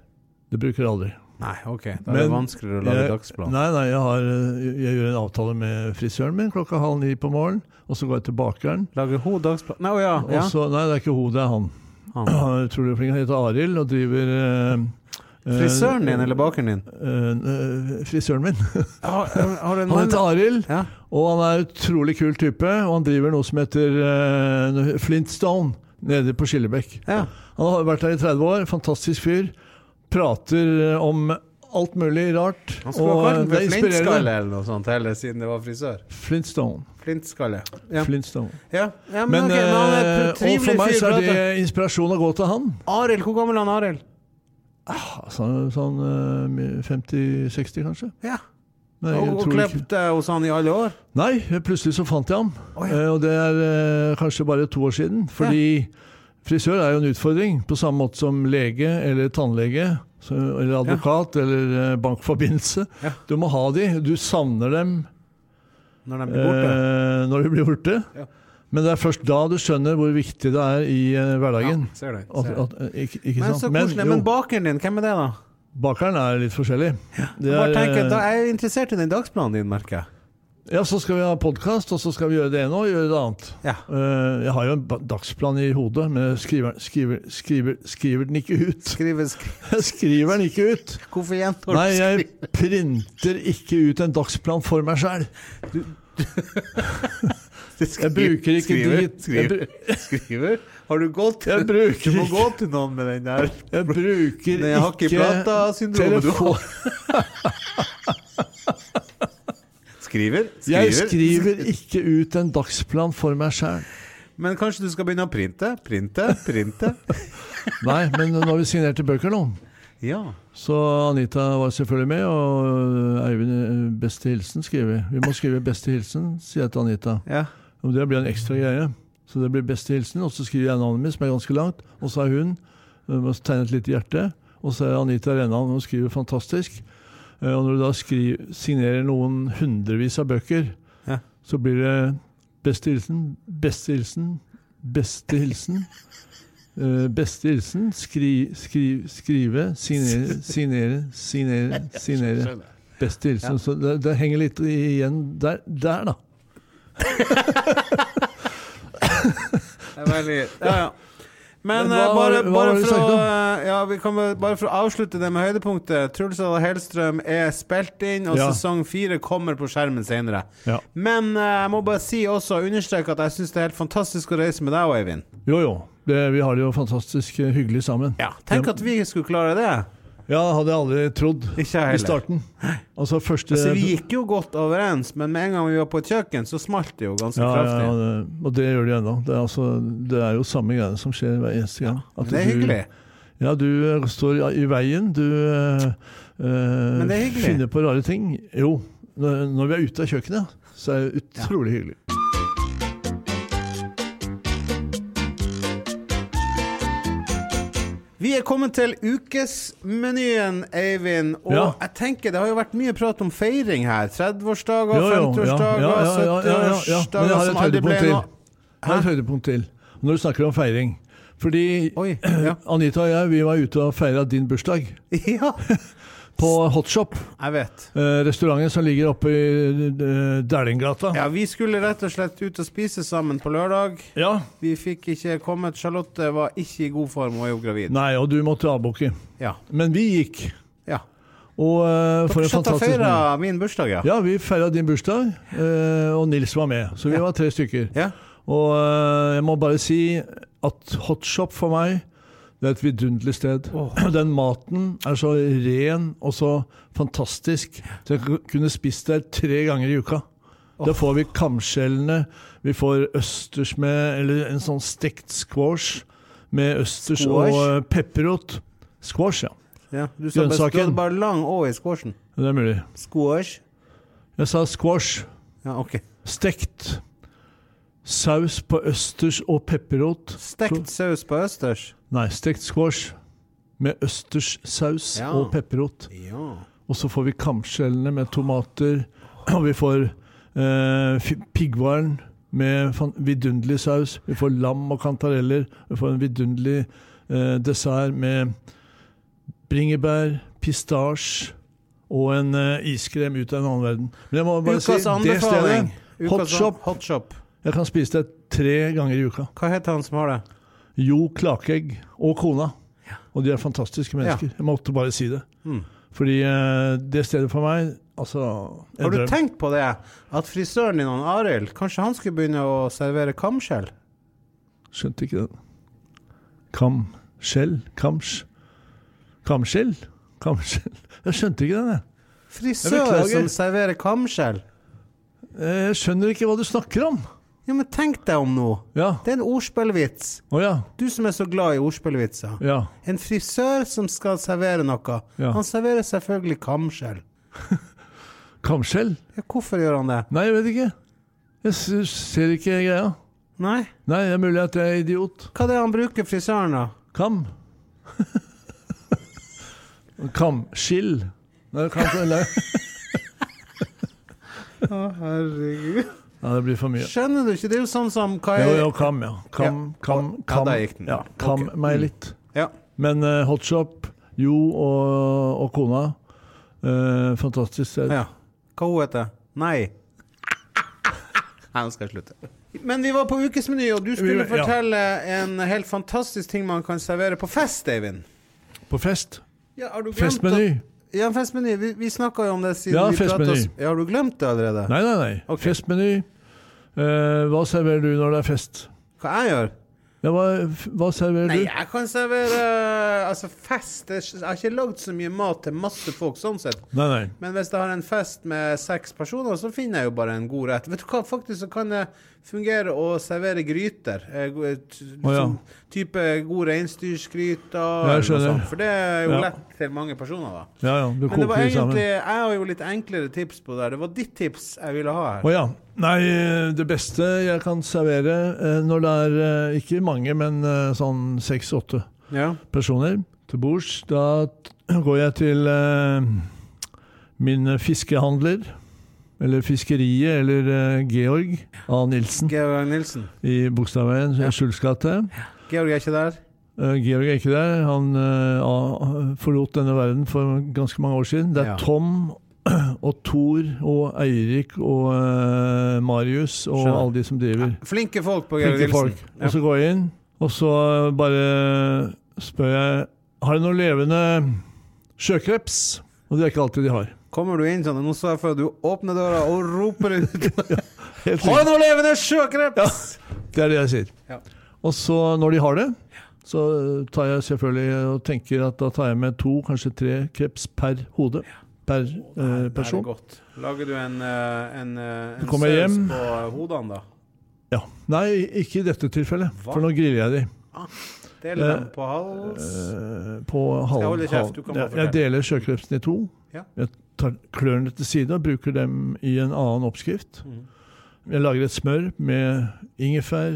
Det bruker jeg aldri.
Nei, ok. Da er det
Men
vanskeligere å lage
jeg,
dagsplan.
Nei, nei, jeg, har, eh, jeg gjør en avtale med frisøren min klokka halv ni på morgenen. Og så går jeg til bakeren.
Lager hun dagsplan Nei, å ja.
Og
ja.
så, nei, det er ikke hun, det er han.
Han.
Han er utrolig flink. Han heter Arild og driver eh, eh,
Frisøren din eller bakeren din?
eh, eh, Frisøren min.
Har, har
Han
en mann
heter Arild,
ja.
og han er en utrolig kul type. Og han driver noe som heter eh, Flintstone nede på Skillebekk.
ja.
Han har vært her i 30 år, fantastisk fyr. Prater eh, om alt mulig rart.
Han skulle ha kalt den
det er
for
inspirerende.
Flintskalle eller noe sånt heller, siden det var frisør.
Flintstone.
Flintskalle. Ja.
Flintstone.
ja. ja men,
Men,
ok, men han
eh,
er et
og for
trivelig
meg
fyr.
så er det
prater.
inspirasjon å gå til han.
Arild, hvor gammel er han Arild?
Altså, sånn eh, 50-60 kanskje.
Ja.
Men jeg
Og, og
tror ikke-
klept eh, hos han i alle år?
Nei, plutselig så fant jeg ham.
Å, ja.
Eh, Og det er eh, kanskje bare to år siden. Fordi frisør er jo en utfordring, på samme måte som lege eller tannlege. så- Eller advokat eller eh, bankforbindelse.
Ja.
Du må ha de. Du savner dem
Når de blir borte?
eh, når du blir borte.
Ja.
Men det er først da du skjønner hvor viktig det er i eh, hverdagen.
Ja, ser den,
At,
ser den.
at, eh, ikke, ikke
Men
sant?
så koselig. Men
jo,
bakeren din, hvem er det, da?
bakeren er litt forskjellig. Det
Bare
er,
tenker,
eh,
da er jeg interessert i den dagsplanen din, merker jeg.
Ja, så skal vi ha podkast, og så skal vi gjøre det ene og gjøre det annet.
Ja.
Eh, jeg har jo en ba- dagsplan i hodet, men jeg skriver, skriver, skriver, skriver den ikke ut.
Skrive, skrive.
Jeg skriver den ikke ut.
Hvorfor gjentar
Nei,
du
jeg
skrive?
printer ikke ut en dagsplan for meg sjæl.
Skriver,
bruker ikke
skriver,
digit-
Skriver,
jeg
skriver. Har du gått til
Jeg bruker
Du må
ikke-
gå til noen med den der.
Jeg bruker
Den hakkeplata-syndromet du har.
telefon.
Skriver,
Jeg
skriver.
skriver ikke ut en dagsplan for meg sjæl.
Men kanskje du skal begynne å printe? Printe, printe.
Nei, men nå har vi signert til bøker nå.
Ja.
Så Anita var selvfølgelig med, og Eivind eh, 'Beste hilsen' skriver vi. Vi må skrive 'Beste hilsen', sier jeg til Anita.
ja.
Og det blir en ekstra greie. Så det blir beste hilsen. Og så skriver jeg navnet mitt, som er ganske langt. Og så er hun øh, og så tegner jeg et lite hjerte. Og så er Anita Rennan, hun skriver fantastisk. Eh, Og når du da skriver, signerer noen hundrevis av bøker,
Ja.
så blir det beste hilsen, beste hilsen, beste hilsen. eh, beste hilsen, skri, skri, skrive, signere, signere, signere, signere. Beste hilsen. Så det, det henger litt igjen der, der da.
Det er veldig Ja, ja.
Men
Men
hva
eh,
var
bare,
det- hva
bare,
var det du
for å,
snakket
eh, ja, vi kan bare- bare for å avslutte det med høydepunktet Truls og Hellstrøm er spilt inn, og
Ja.
sesong fire kommer på skjermen senere.
Ja.
Men eh, jeg må bare si også understreke at jeg syns det er helt fantastisk å reise med deg og Eivind.
Jo, jo. Det, vi har det jo fantastisk eh, hyggelig sammen.
Ja, Tenk at vi skulle klare det.
Ja, hadde jeg aldri trodd
Ikke jeg heller.
i starten. Altså første
Altså, vi gikk jo godt overens, men med en gang vi var på et kjøkken, så smalt det jo ganske
ja, ja, ja,
kraftig.
det, og det gjør de ennå. Det, er altså, det er jo samme greiene som skjer hver eneste gang. At
Men det er
du-
hyggelig.
Ja, du eh, står i- i veien. Du eh, eh,
Men det er hyggelig.
finner på rare ting. Jo, når, når vi er ute av kjøkkenet, så er det utrolig hyggelig.
Vi er kommet til ukesmenyen, Eivind. Og
Ja.
jeg tenker det har jo vært mye prat om feiring her. 30-årsdager,
Jo, jo, ja,
50-årsdager,
ja, ja, ja, ja, ja, ja. Men
70-årsdager
jeg har
som
et
aldri ble
høydepunkt til.
noe.
Jeg har et høydepunkt til. Når du snakker om feiring. Fordi
Oi, ja.
Anita og jeg vi var ute og feira din bursdag
Ja,
på Hotshop.
jeg vet.
Eh, restauranten som ligger oppe i eh, Dæhlinggata.
Ja, vi skulle rett og slett ut og spise sammen på lørdag.
Ja.
Vi fikk ikke kommet. Charlotte var ikke i god form, hun er jo gravid.
Nei, og du måtte avbooke.
Ja.
Men vi gikk.
ja.
Og eh, for
Dere
en
satt og
fantastisk
feira min bursdag, ja.
Ja, vi feira din bursdag, eh, og Nils var med. Så vi var tre stykker.
Ja.
Og eh, jeg må bare si at Hotshop for meg det er et vidunderlig sted. Den maten er så ren og så fantastisk. Så jeg ku- kunne spist der tre ganger i uka. Da får vi kamskjellene, vi får østers med Eller en sånn stekt squash med østers
Squash?
og eh, pepperrot. Squash, ja.
ja. Du sa best,
Grønnsaken.
du hadde bare lang Å i squashen.
Det er mulig.
Squash.
Jeg sa squash.
Ja, OK.
Stekt saus på østers og pepperrot.
Stekt saus på østers.
Nei, stekt squash med østerssaus
Ja.
og pepperrot.
Ja.
Og så får vi kamskjellene med tomater. Og vi får eh, fi- piggvaren med fan- vidunderlig saus. Vi får lam og kantareller. Vi får en vidunderlig eh, dessert med bringebær, pistasje og en eh, iskrem ut av en annen verden. Men jeg må bare
Ukas
si, det stedet,
anbefaling.
Hot
Ukas an-
Shop,
Hot Shop.
jeg kan spise det tre ganger i uka.
Hva heter han som har det?
Jo Klakegg og kona. Og de er fantastiske mennesker.
Ja. Mm.
Jeg måtte bare si det. Fordi eh, det stedet for meg Altså en
Har du
drøm.
tenkt på det? At frisøren din, han Arild, kanskje han skulle begynne å servere kamskjell?
Skjønte ikke den. Kam. Skjell. Kamsj. Kamskjell? Kamskjell Jeg skjønte ikke den, jeg.
Frisør
beklager.
som serverer kamskjell?
Eh, Jeg skjønner ikke hva du snakker om.
Ja, men tenk deg om nå.
Ja.
Det er en ordspillvits.
Å ja.
Du som er så glad i ordspillvitser.
Ja.
En frisør som skal servere noe.
Ja.
Han serverer selvfølgelig kamskjell.
Kamskjell?
Ja, hvorfor gjør han det?
Nei, jeg vet ikke. Jeg s- ser ikke greia.
Nei?
Nei, det er mulig at jeg er idiot.
Hva er det han bruker frisøren, da?
Kam. Kamskill. Nei, kam, nei.
Å, herregud.
Ja, det blir for mye.
Skjønner du ikke? Det er jo sånn som hva
Jo,
er
jo, kam, ja. Kam,
Ja.
kam,
Ja,
kam.
der gikk den.
Ja, kam
Ok. Mm.
meg litt.
Ja.
Men eh, Hot Shop, Jo og, og kona eh, Fantastisk sted.
ja. Hva hun heter Nei. Nei, nå skal jeg slutte. Men vi var på ukesmeny, og du skulle
Vi- ja.
fortelle en helt fantastisk ting man kan servere på fest, Eivind.
På fest.
Ja, har du glemt
Festmeny.
at- Ja, festmeny. Vi, vi snakka jo om det siden
Ja,
vi pratet
festmeny.
oss- Ja, har du glemt det allerede?
Nei, nei, nei.
Ok.
Festmeny. Eh, hva serverer du når det er fest?
Hva jeg gjør?
Ja, hva, hva serverer
Nei,
du?
jeg kan servere Altså, fest det er ikke- Jeg har ikke lagd så mye mat til masse folk, sånn sett.
Nei, nei.
Men hvis jeg har en fest med seks personer, så finner jeg jo bare en god rett. Vet du hva, faktisk så kan det fungere å servere gryter. Eh, go- eh, t-
Å, ja.
sånn Type god reinsdyrsgryter.
jeg
eller noe
skjønner.
sånt, For det er jo
Ja.
lett til mange personer, da.
Ja, ja, du
Men det var
koker det sammen.
egentlig Jeg har jo litt enklere tips på det her. Det var ditt tips jeg ville ha her.
Å ja. Nei, eh, det beste jeg kan servere eh, når det er eh, ikke mange, men eh, sånn seks-åtte
Ja.
personer til bords. Da t- går jeg til eh, min fiskehandler, eller fiskeriet, eller eh, Georg A. Nilsen
Georg Nilsen.
i Bogstadveien, Skjuls gate.
Georg er ikke der?
Eh, Georg er ikke der. Han eh, A- forlot denne verden for ganske mange år siden. Det er
Ja.
Tom og Thor og Eirik og eh, Marius og
Skjønner.
alle de som driver.
Flinke folk på Georg
Flinke
Nilsen.
folk. Og så går jeg inn, og så bare spør jeg Har du noen levende sjøkreps? Og det er ikke alltid de har.
Kommer du inn sånn, og nå så jeg før du åpner døra og roper ut
Helt
Har
riktig.
du noe levende sjøkreps?!
Det er det jeg sier.
Ja.
Og så, når de har det, så tar jeg selvfølgelig og tenker at da tar jeg med to, kanskje tre kreps per hode. Per eh, person.
Det er godt. Lager du en, eh, en, eh, en
Så kommer jeg hjem.
på hodene, da?
Ja. Nei, ikke i dette tilfellet,
Hva?
for nå griller jeg de.
Deler dem på hals
Eh, på halv,
Jeg holder kjeft, du kan bare
jeg, jeg
fortelle.
deler sjøkrepsen i to.
Ja.
Jeg tar klørne til side og bruker dem i en annen oppskrift.
Mhm.
Jeg lager et smør med ingefær,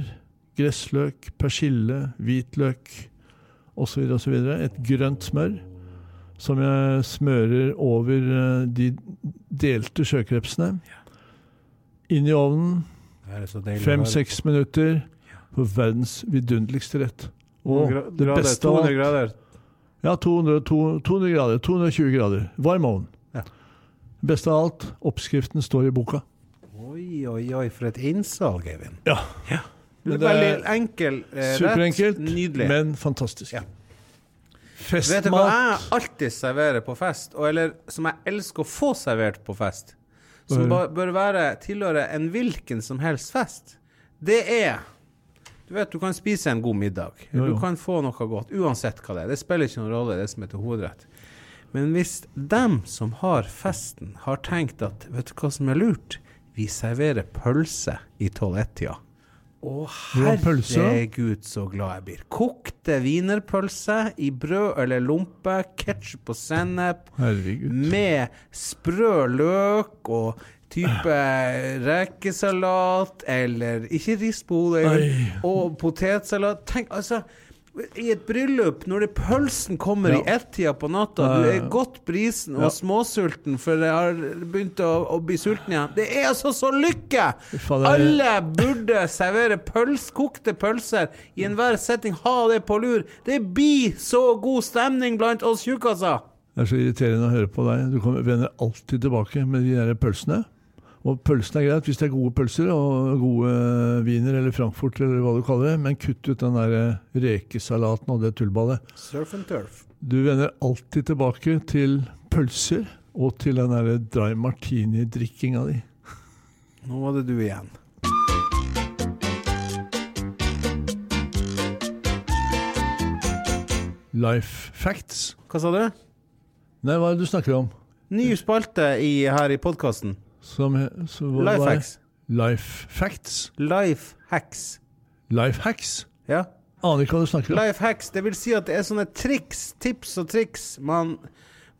gressløk, persille, hvitløk osv. osv. Et grønt smør som jeg smører over eh, de delte sjøkrepsene. Inn i ovnen
Det er så deilig å høre.
fem-seks minutter på verdens vidunderligste rett. Og
Gra-
det
grader,
beste av alt
200 grader.
ja, 200, to- 200 grader. 220 grader. Varm ovn.
Ja.
Best av alt, oppskriften står i boka.
Oi, oi, oi, for et innsalg, Eivind.
Ja, Men
Det er
det
veldig
er
enkel eh,
Superenkelt,
rett. Nydelig.
men fantastisk.
Ja. Vet du hva jeg
Festmat.
alltid serverer på fest, og eller som jeg elsker å få servert på fest, som ba- bør være tilhøre en hvilken som helst fest, det er Du vet, du kan spise en god middag.
Jo, jo.
Du kan få noe godt, uansett hva det er. Det spiller ikke noen rolle, det er det som heter hovedrett. Men hvis dem som har festen, har tenkt at Vet du hva som er lurt? Vi serverer pølse i tolv ett-tida. Å,
Hvordan pølse, da?
herregud, så glad jeg blir. Kokte wienerpølse i brød eller lompe, ketsjup og sennep,
Herregud.
med sprø løk og type rekesalat, eller ikke rist på hodet,
Nei.
og potetsalat. Tenk, altså I et bryllup, når det pølsen kommer i ett-tida på natta, du er godt brisen og småsulten, for jeg har begynt å, å bli sulten igjen Det er altså så lykke!
faen, det er-
Alle burde servere pøls, kokte pølser i enhver setting. Ha det på lur. Det blir så god stemning blant oss tjukkaser.
Det er så irriterende å høre på deg. Du kommer, vender alltid tilbake med de der pølsene. Og pølsene er greit hvis det er gode pølser og gode eh, wiener eller frankfurt eller hva du kaller det, men kutt ut den der eh, rekesalaten og det tullballet.
Surf and turf.
Du vender alltid tilbake til pølser og til den der eh, dry martini-drikkinga di.
Nå var det du igjen.
Life facts.
Hva sa du?
Nei, hva er det du snakker om?
Ny spalte i, her i podkasten.
Som, så, hva-
Life
hva er-
hacks.
Life facts.
Life hacks.
Life hacks.
Ja.
Aner ikke hva du snakker om.
Life hacks, det vil si at det er sånne triks, tips og triks man,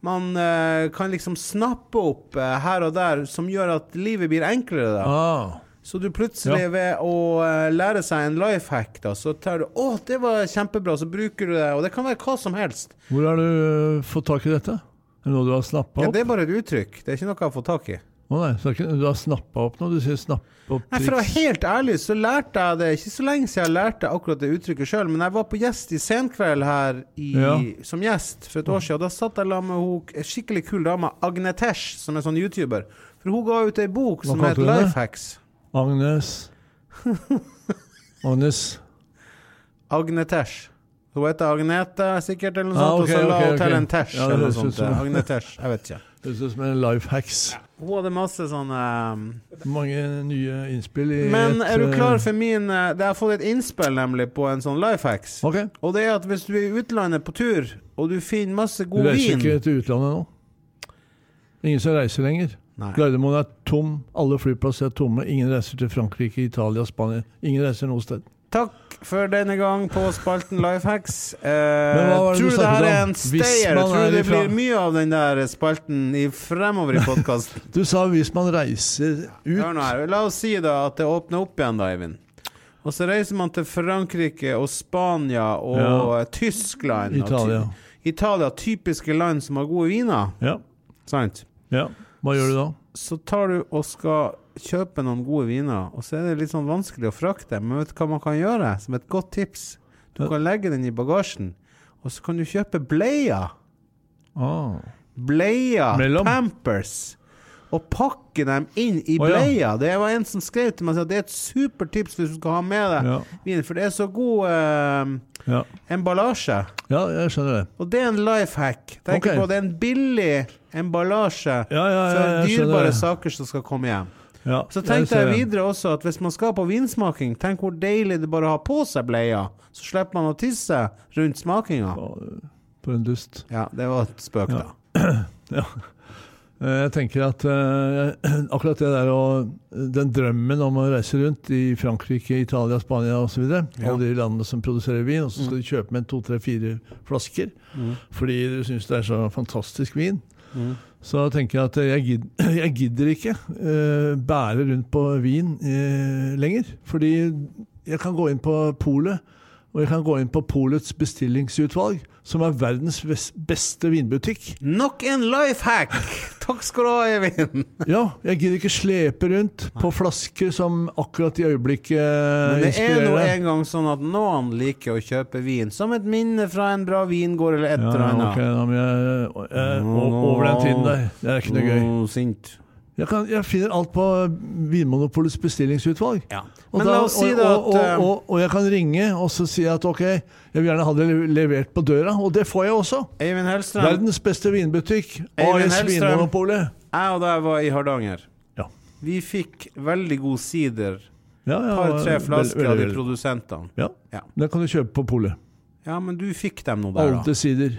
man eh, kan liksom snappe opp eh, her og der, som gjør at livet blir enklere. da.
Ah,
Så du plutselig
Ja.
ved å eh, lære seg en life hack, da, så tar du 'Å, det var kjempebra', så bruker du det. Og det kan være hva som helst.
hvor har du eh, fått tak i dette? Er det noe du har snappa
Ja,
opp?
det er bare et uttrykk. Det er ikke noe jeg har fått tak i.
Å nei, så det er ikke, du har snappa opp noe? Du sier 'snappe opp
Nei, for å være
triks'.
helt ærlig så lærte jeg det ikke så lenge siden jeg lærte akkurat det uttrykket sjøl, men jeg var på gjest i Senkveld her i,
Ja.
som gjest for et år siden. og Da satt jeg sammen med hun, en skikkelig kul dame, Agnetesh, som er sånn YouTuber. For hun ga ut ei bok som
kalte
het
hun det?
Lifehacks.
Agnes Agnes.
Agnetesh. Hun heter Agnete sikkert, eller noe
Ah, ok,
sånt, og så la
ok,
hun til
ok.
en tesh,
Ja, det
eller noe
høres ut
sånt.
som-
Agnetesh. Jeg vet ikke.
Høres ut som en life hacks.
Hun hadde masse sånne um,
Mange nye innspill i
Men
et,
er du
eh,
klar for min uh, Det har fått et innspill, nemlig, på en sånn Lifehacks.
Ok.
Og det er at hvis du er i utlandet på tur, og du finner masse
Du
god
reiser
vin
ikke til utlandet nå? Ingen som reiser lenger.
Nei.
Gardermoen er tom, alle flyplasser er tomme. Ingen reiser til Frankrike, Italia, Spania. Ingen reiser noe sted.
Takk for denne gang på spalten Lifehacks. Eh,
hva var det
tror
du
du det her
snakket
er
om?
en
Hvis
stayer?
man
Tror
er
du det
ifra-
blir mye av den der spalten i fremover i podkasten?
Du sa hvis man reiser ut
Hør nå her. La oss si da at det åpner opp igjen, da, Eivind. Og så reiser man til Frankrike og Spania og
Ja.
eh, Tyskland. og ty-
Italia.
Italia. Typiske land som har gode viner.
Ja.
Sant?
ja. Hva gjør du da?
så tar du og skal kjøpe noen gode viner, og så er det litt sånn vanskelig å frakte, men vet du hva man kan gjøre som et godt tips? Du kan legge den i bagasjen, og så kan du kjøpe bleier.
Ah.
Bleier,
Mellom.
Pampers. Og pakke dem inn i
Å, ja.
bleier. Det var en som skrev til meg at det er et supertips hvis du skal ha med deg
Ja.
vin, for det er så god eh,
Ja.
emballasje.
ja, jeg skjønner det.
Og det er en life hack. Tenk
Ok.
på det er en billig emballasje
Ja, ja, ja,
for
jeg skjønner
dyrebare
det.
saker som skal komme hjem.
Ja,
Så tenkte jeg
ser det.
videre også at hvis man skal på vinsmaking, tenk hvor deilig det bare å ha på seg bleia, så slipper man å tisse rundt smakinga.
For en dust.
Ja, det var et spøk, da.
Eh, Jeg tenker at eh, akkurat det der og den drømmen om å reise rundt i Frankrike, Italia, Spania osv. videre Alle de landene som produserer vin, og så skal du kjøpe med to, tre, fire flasker fordi du syns det er så fantastisk vin. Så tenker jeg at jeg, gid, jeg gidder ikke eh, bære rundt på vin eh, lenger. Fordi jeg kan gå inn på polet, og jeg kan gå inn på polets bestillingsutvalg, som er verdens ves- beste vinbutikk.
Nok en life hack! Takk skal du ha, Eivind.
Ja, jeg gidder ikke slepe rundt på flasker som akkurat i øyeblikket
Men det er nå
inspirerer.
en gang sånn at noen liker å kjøpe vin som et minne fra en bra vingård eller et
Ja,
eller
ja,
annet.
ok, ja, men jeg, jeg, o- over den tiden der. Det er ikke noe gøy.
Åh, sint.
Jeg, kan, jeg finner alt på Vinmonopolets bestillingsutvalg.
Ja.
Og,
Men
da,
la
og,
oss si da
og,
at eh,
og, og, og jeg kan ringe og så si at ok, jeg vil gjerne ha det levert på døra. Og det får jeg også.
eh, Eivind Hellstrøm,
Verdens beste vinbutikk.
Eivind
AS
Hellstrøm.
Vinmonopolet.
jeg og deg var i Hardanger.
Ja.
Vi fikk veldig god sider.
Ja, ja,
Par-tre
vel-
flasker av
veldig,
de
veldig.
produsentene.
Ja.
Ja.
Det kan du kjøpe på polet.
Ja, men du fikk dem nå der, da.
Alle sider.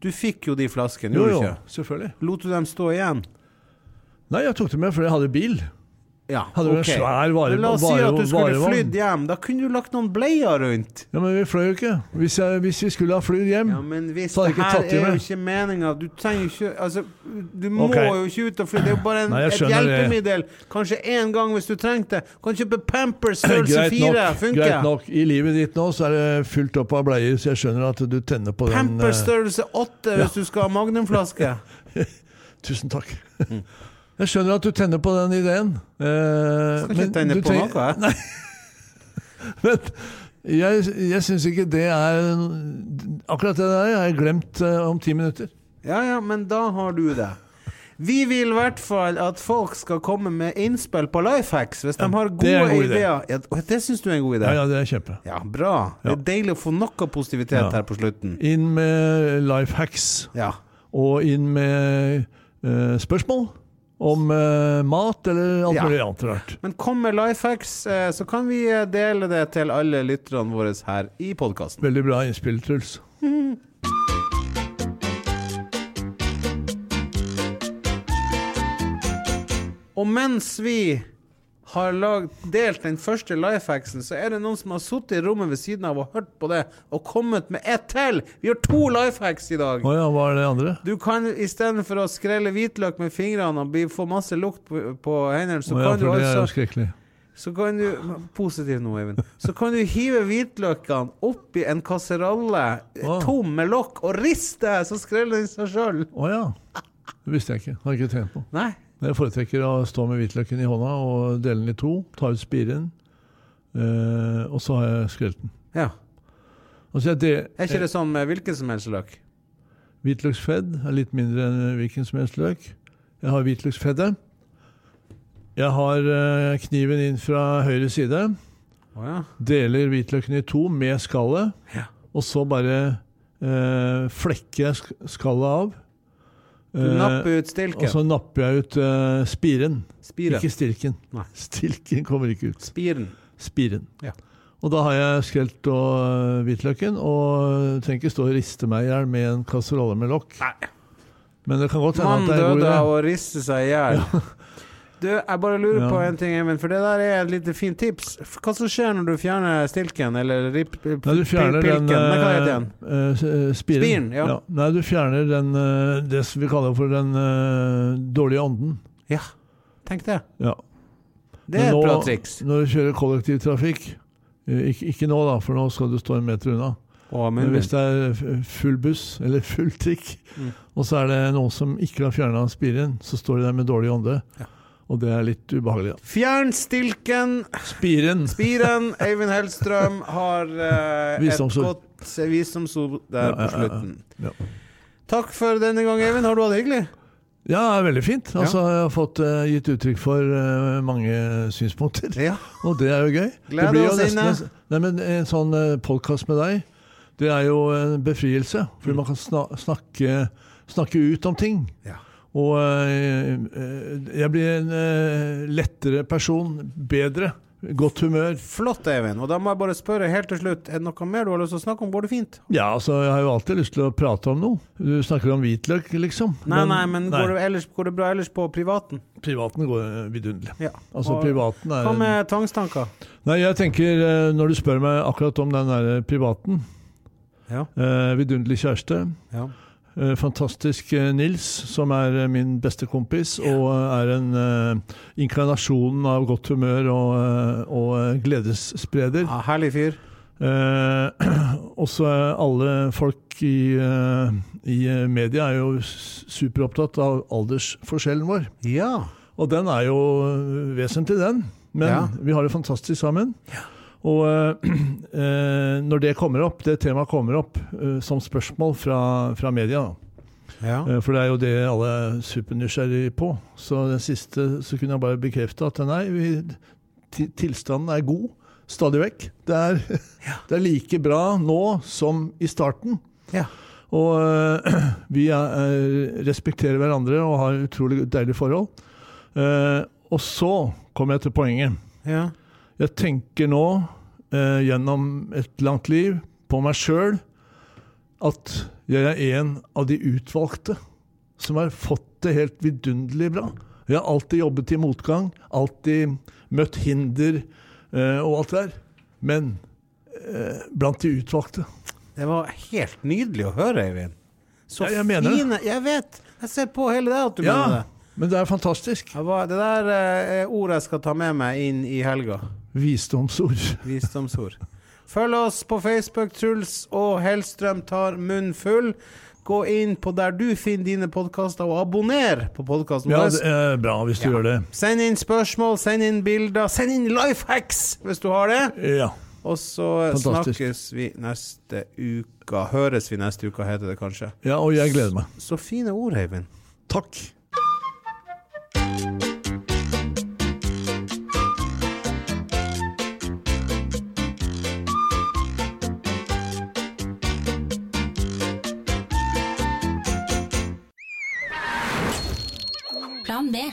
Du fikk jo de flaskene,
Jo,
gjorde
jo,
du ikke?
selvfølgelig.
Lot du dem stå igjen?
Nei, jeg tok det med fordi jeg hadde bil.
Ja,
Hadde du en
ok.
svær vare-
Men La oss si
vare-
at du skulle
varevogn?
flydd hjem. Da kunne du lagt noen bleier rundt.
Ja, Men vi fløy jo ikke. Hvis, jeg, hvis vi skulle ha flydd hjem
Ja, men hvis
Mm. Så hadde jeg
det
ikke
her
tatt i
er jo
meg.
ikke meninga Du trenger jo ikke Altså, du må
Ok.
jo ikke ut og fly. Det er jo bare en,
Nei, jeg
et
skjønner det.
hjelpemiddel. Kanskje én gang hvis du trengte det. Kan kjøpe Pampers størrelse
Greit nok,
fire.
greit
Funker.
nok. I livet ditt nå så er det fylt opp av bleier, så jeg skjønner at du tenner på den. eh,
Pampers størrelse åtte hvis du skal ha magnumflaske.
tusen takk.
Mm.
Jeg skjønner at du tenner på den ideen. Eh,
Skal
men
ikke tenne
du
på
trenger-
noe. eh? jeg.
Men jeg, jeg syns ikke det er Akkurat det der har jeg glemt eh, om ti minutter.
Ja ja, men da har du det. Vi vil i hvert fall at folk skal komme med innspill på life hacks hvis de har
det er en
gode
god idé.
ideer. Ja, det syns du er en god idé?
Ja, ja, det er kjempe.
Ja, bra. Det er deilig å få noe positivitet
Ja.
her på slutten.
Inn med life hacks,
Ja.
og inn med eh, spørsmål om eh, mat eller alt
Ja.
mulig annet rart.
Men kom med life hacks, eh, så kan vi eh, dele det til alle lytterne våre her i podkasten.
Veldig bra innspill, Truls.
Og mens vi har lag, delt den første life hacksen, så er det noen som har sittet i rommet ved siden av og hørt på det, og kommet med ett til! Vi har to life hacks i dag!
Å ja, hva er det andre?
Du kan istedenfor å skrelle hvitløk med fingrene og bli, få masse lukt på, på hendene, så
Å ja,
kan
for
du
det er jo
altså
skrekkelig.
Så kan du Positiv nå, Eivind. Så kan du hive hvitløkene oppi en kasserolle
Wow.
tom med lokk og riste, så skreller den seg sjøl.
Å ja. Det visste jeg ikke. Har jeg ikke trent på.
Nei.
Jeg foretrekker å stå med hvitløken i hånda og dele den i to, ta ut spiren, eh, og så har jeg skrelt den.
Ja.
Altså, jeg del,
Er ikke det sånn med hvilken som helst løk?
Hvitløksfedd er litt mindre enn hvilken som helst løk. Jeg har hvitløksfedde. Jeg har eh, kniven inn fra høyre side.
Å ja.
Deler hvitløken i to med skallet.
Ja.
Og så bare eh, flekker jeg sk- skallet av.
Du
Eh,
napper ut
og
stilken.
så napper jeg ut eh, spiren.
Spiren.
Ikke stilken.
Nei.
Stilken kommer ikke ut.
Spiren.
Spiren.
Ja.
Og da har jeg skrelt og eh, hvitløken, og eh, trenger ikke stå og riste meg i hjel med en kasserolle med lokk.
Nei.
Men det kan godt hende
Mann
at det er en god
døde
idé.
av å riste seg i hjel. Du, jeg bare lurer
Ja.
på en ting, Eivind, for det der er et lite fint tips. F- Hva som skjer når du fjerner stilken, eller rip, p-
Nei, du fjerner
pilken?
den,
Nei, hva heter den?
eh, s- eh, spiren.
Spiren, ja.
Nei, du fjerner den, eh, det som vi kaller for den eh, dårlige ånden.
Ja, tenk det.
Ja.
Det er
Men
et bra
nå-
triks.
Når du kjører kollektivtrafikk, eh, ikke, ikke nå da, for nå skal du stå en meter unna.
Å,
Men
munnen
hvis
min.
det er f- full buss, eller full trikk,
Mm.
og så er det noen som ikke har fjerna spiren, så står de der med dårlig ånde. Og det er litt ubehagelig. da.
Fjern stilken!
Spiren!
Spiren! Eivind Hellstrøm har eh, et
Visdomsord.
godt visdomsord
Ja,
der
ja,
på
ja, ja.
slutten.
Ja.
Takk for denne gang, Eivind. Har du hatt det hyggelig?
Ja, det er veldig fint. Altså, jeg har fått eh, gitt uttrykk for eh, mange synspunkter.
Ja.
Og det er jo gøy. det
Gleder
blir jo
oss
nesten,
inne.
Nei, men En sånn podkast med deg, det er jo en befrielse.
Mm.
Fordi man kan sna snakke, snakke ut om ting.
Ja.
Og eh, eh, jeg blir en eh, lettere person. Bedre. Godt humør.
Flott, Eivind. Og da må jeg bare spørre helt til slutt, er det noe mer du har lyst til å snakke om? Går det fint?
Ja, altså, jeg har jo alltid lyst til å prate om noe. Du snakker om hvitløk, liksom.
Nei, nei, men Går, det ellers, går det bra ellers på privaten?
privaten går eh, vidunderlig.
Ja.
Altså,
Og
privaten er
Hva
en-
med tvangstanker?
Nei, jeg tenker eh, Når du spør meg akkurat om den der privaten
Ja.
eh, Vidunderlig kjæreste.
Ja.
eh, Fantastisk eh, Nils, som er eh, min beste kompis, og eh, er en eh, inkarnasjon av godt humør og, eh, og eh, gledesspreder.
Ja, herlig fyr.
Eh, også er alle folk i, eh, i eh, media er jo s- superopptatt av aldersforskjellen vår.
Ja.
Og den er jo øh, vesentlig, den. Men
Ja.
vi har det fantastisk sammen. Og øh, øh, når det kommer opp, det temaet kommer opp øh, som spørsmål fra, fra media, da.
ja.
Eh, for det er jo det alle er supernysgjerrige på. Så den siste så kunne jeg bare bekrefte at nei, vi, ti- tilstanden er god stadig vekk. Det er, det er like bra nå som i starten.
ja.
Og øh, vi er, er- respekterer hverandre og har utrolig deilige forhold. Eh, og så kommer jeg til poenget.
ja.
Jeg tenker nå, eh, gjennom et langt liv, på meg sjøl at jeg er en av de utvalgte som har fått det helt vidunderlig bra. Jeg har alltid jobbet i motgang, alltid møtt hinder eh, og alt det der. Men eh, blant de utvalgte.
Det var helt nydelig å høre, Eivind. Så
Ja, jeg mener det.
fine Jeg vet! Jeg ser på hele deg at du
Ja,
mener det.
men det er fantastisk.
Det, var, det der eh, er ord jeg skal ta med meg inn i helga.
Visdomsord.
Visdomsord. Følg oss på Facebook. Truls og Hellstrøm tar munnen full. Gå inn på der du finner dine podkaster, og abonner på podkasten
Ja,
vår.
det er bra hvis du gjør det.
Send inn spørsmål, send inn bilder, send inn life hacks hvis du har det.
Ja.
Og så
Fantastisk.
snakkes vi neste uke. Høres vi neste uke, heter det kanskje.
ja, og jeg gleder meg.
Så fine ord, Eivind.
Takk.
Plan B.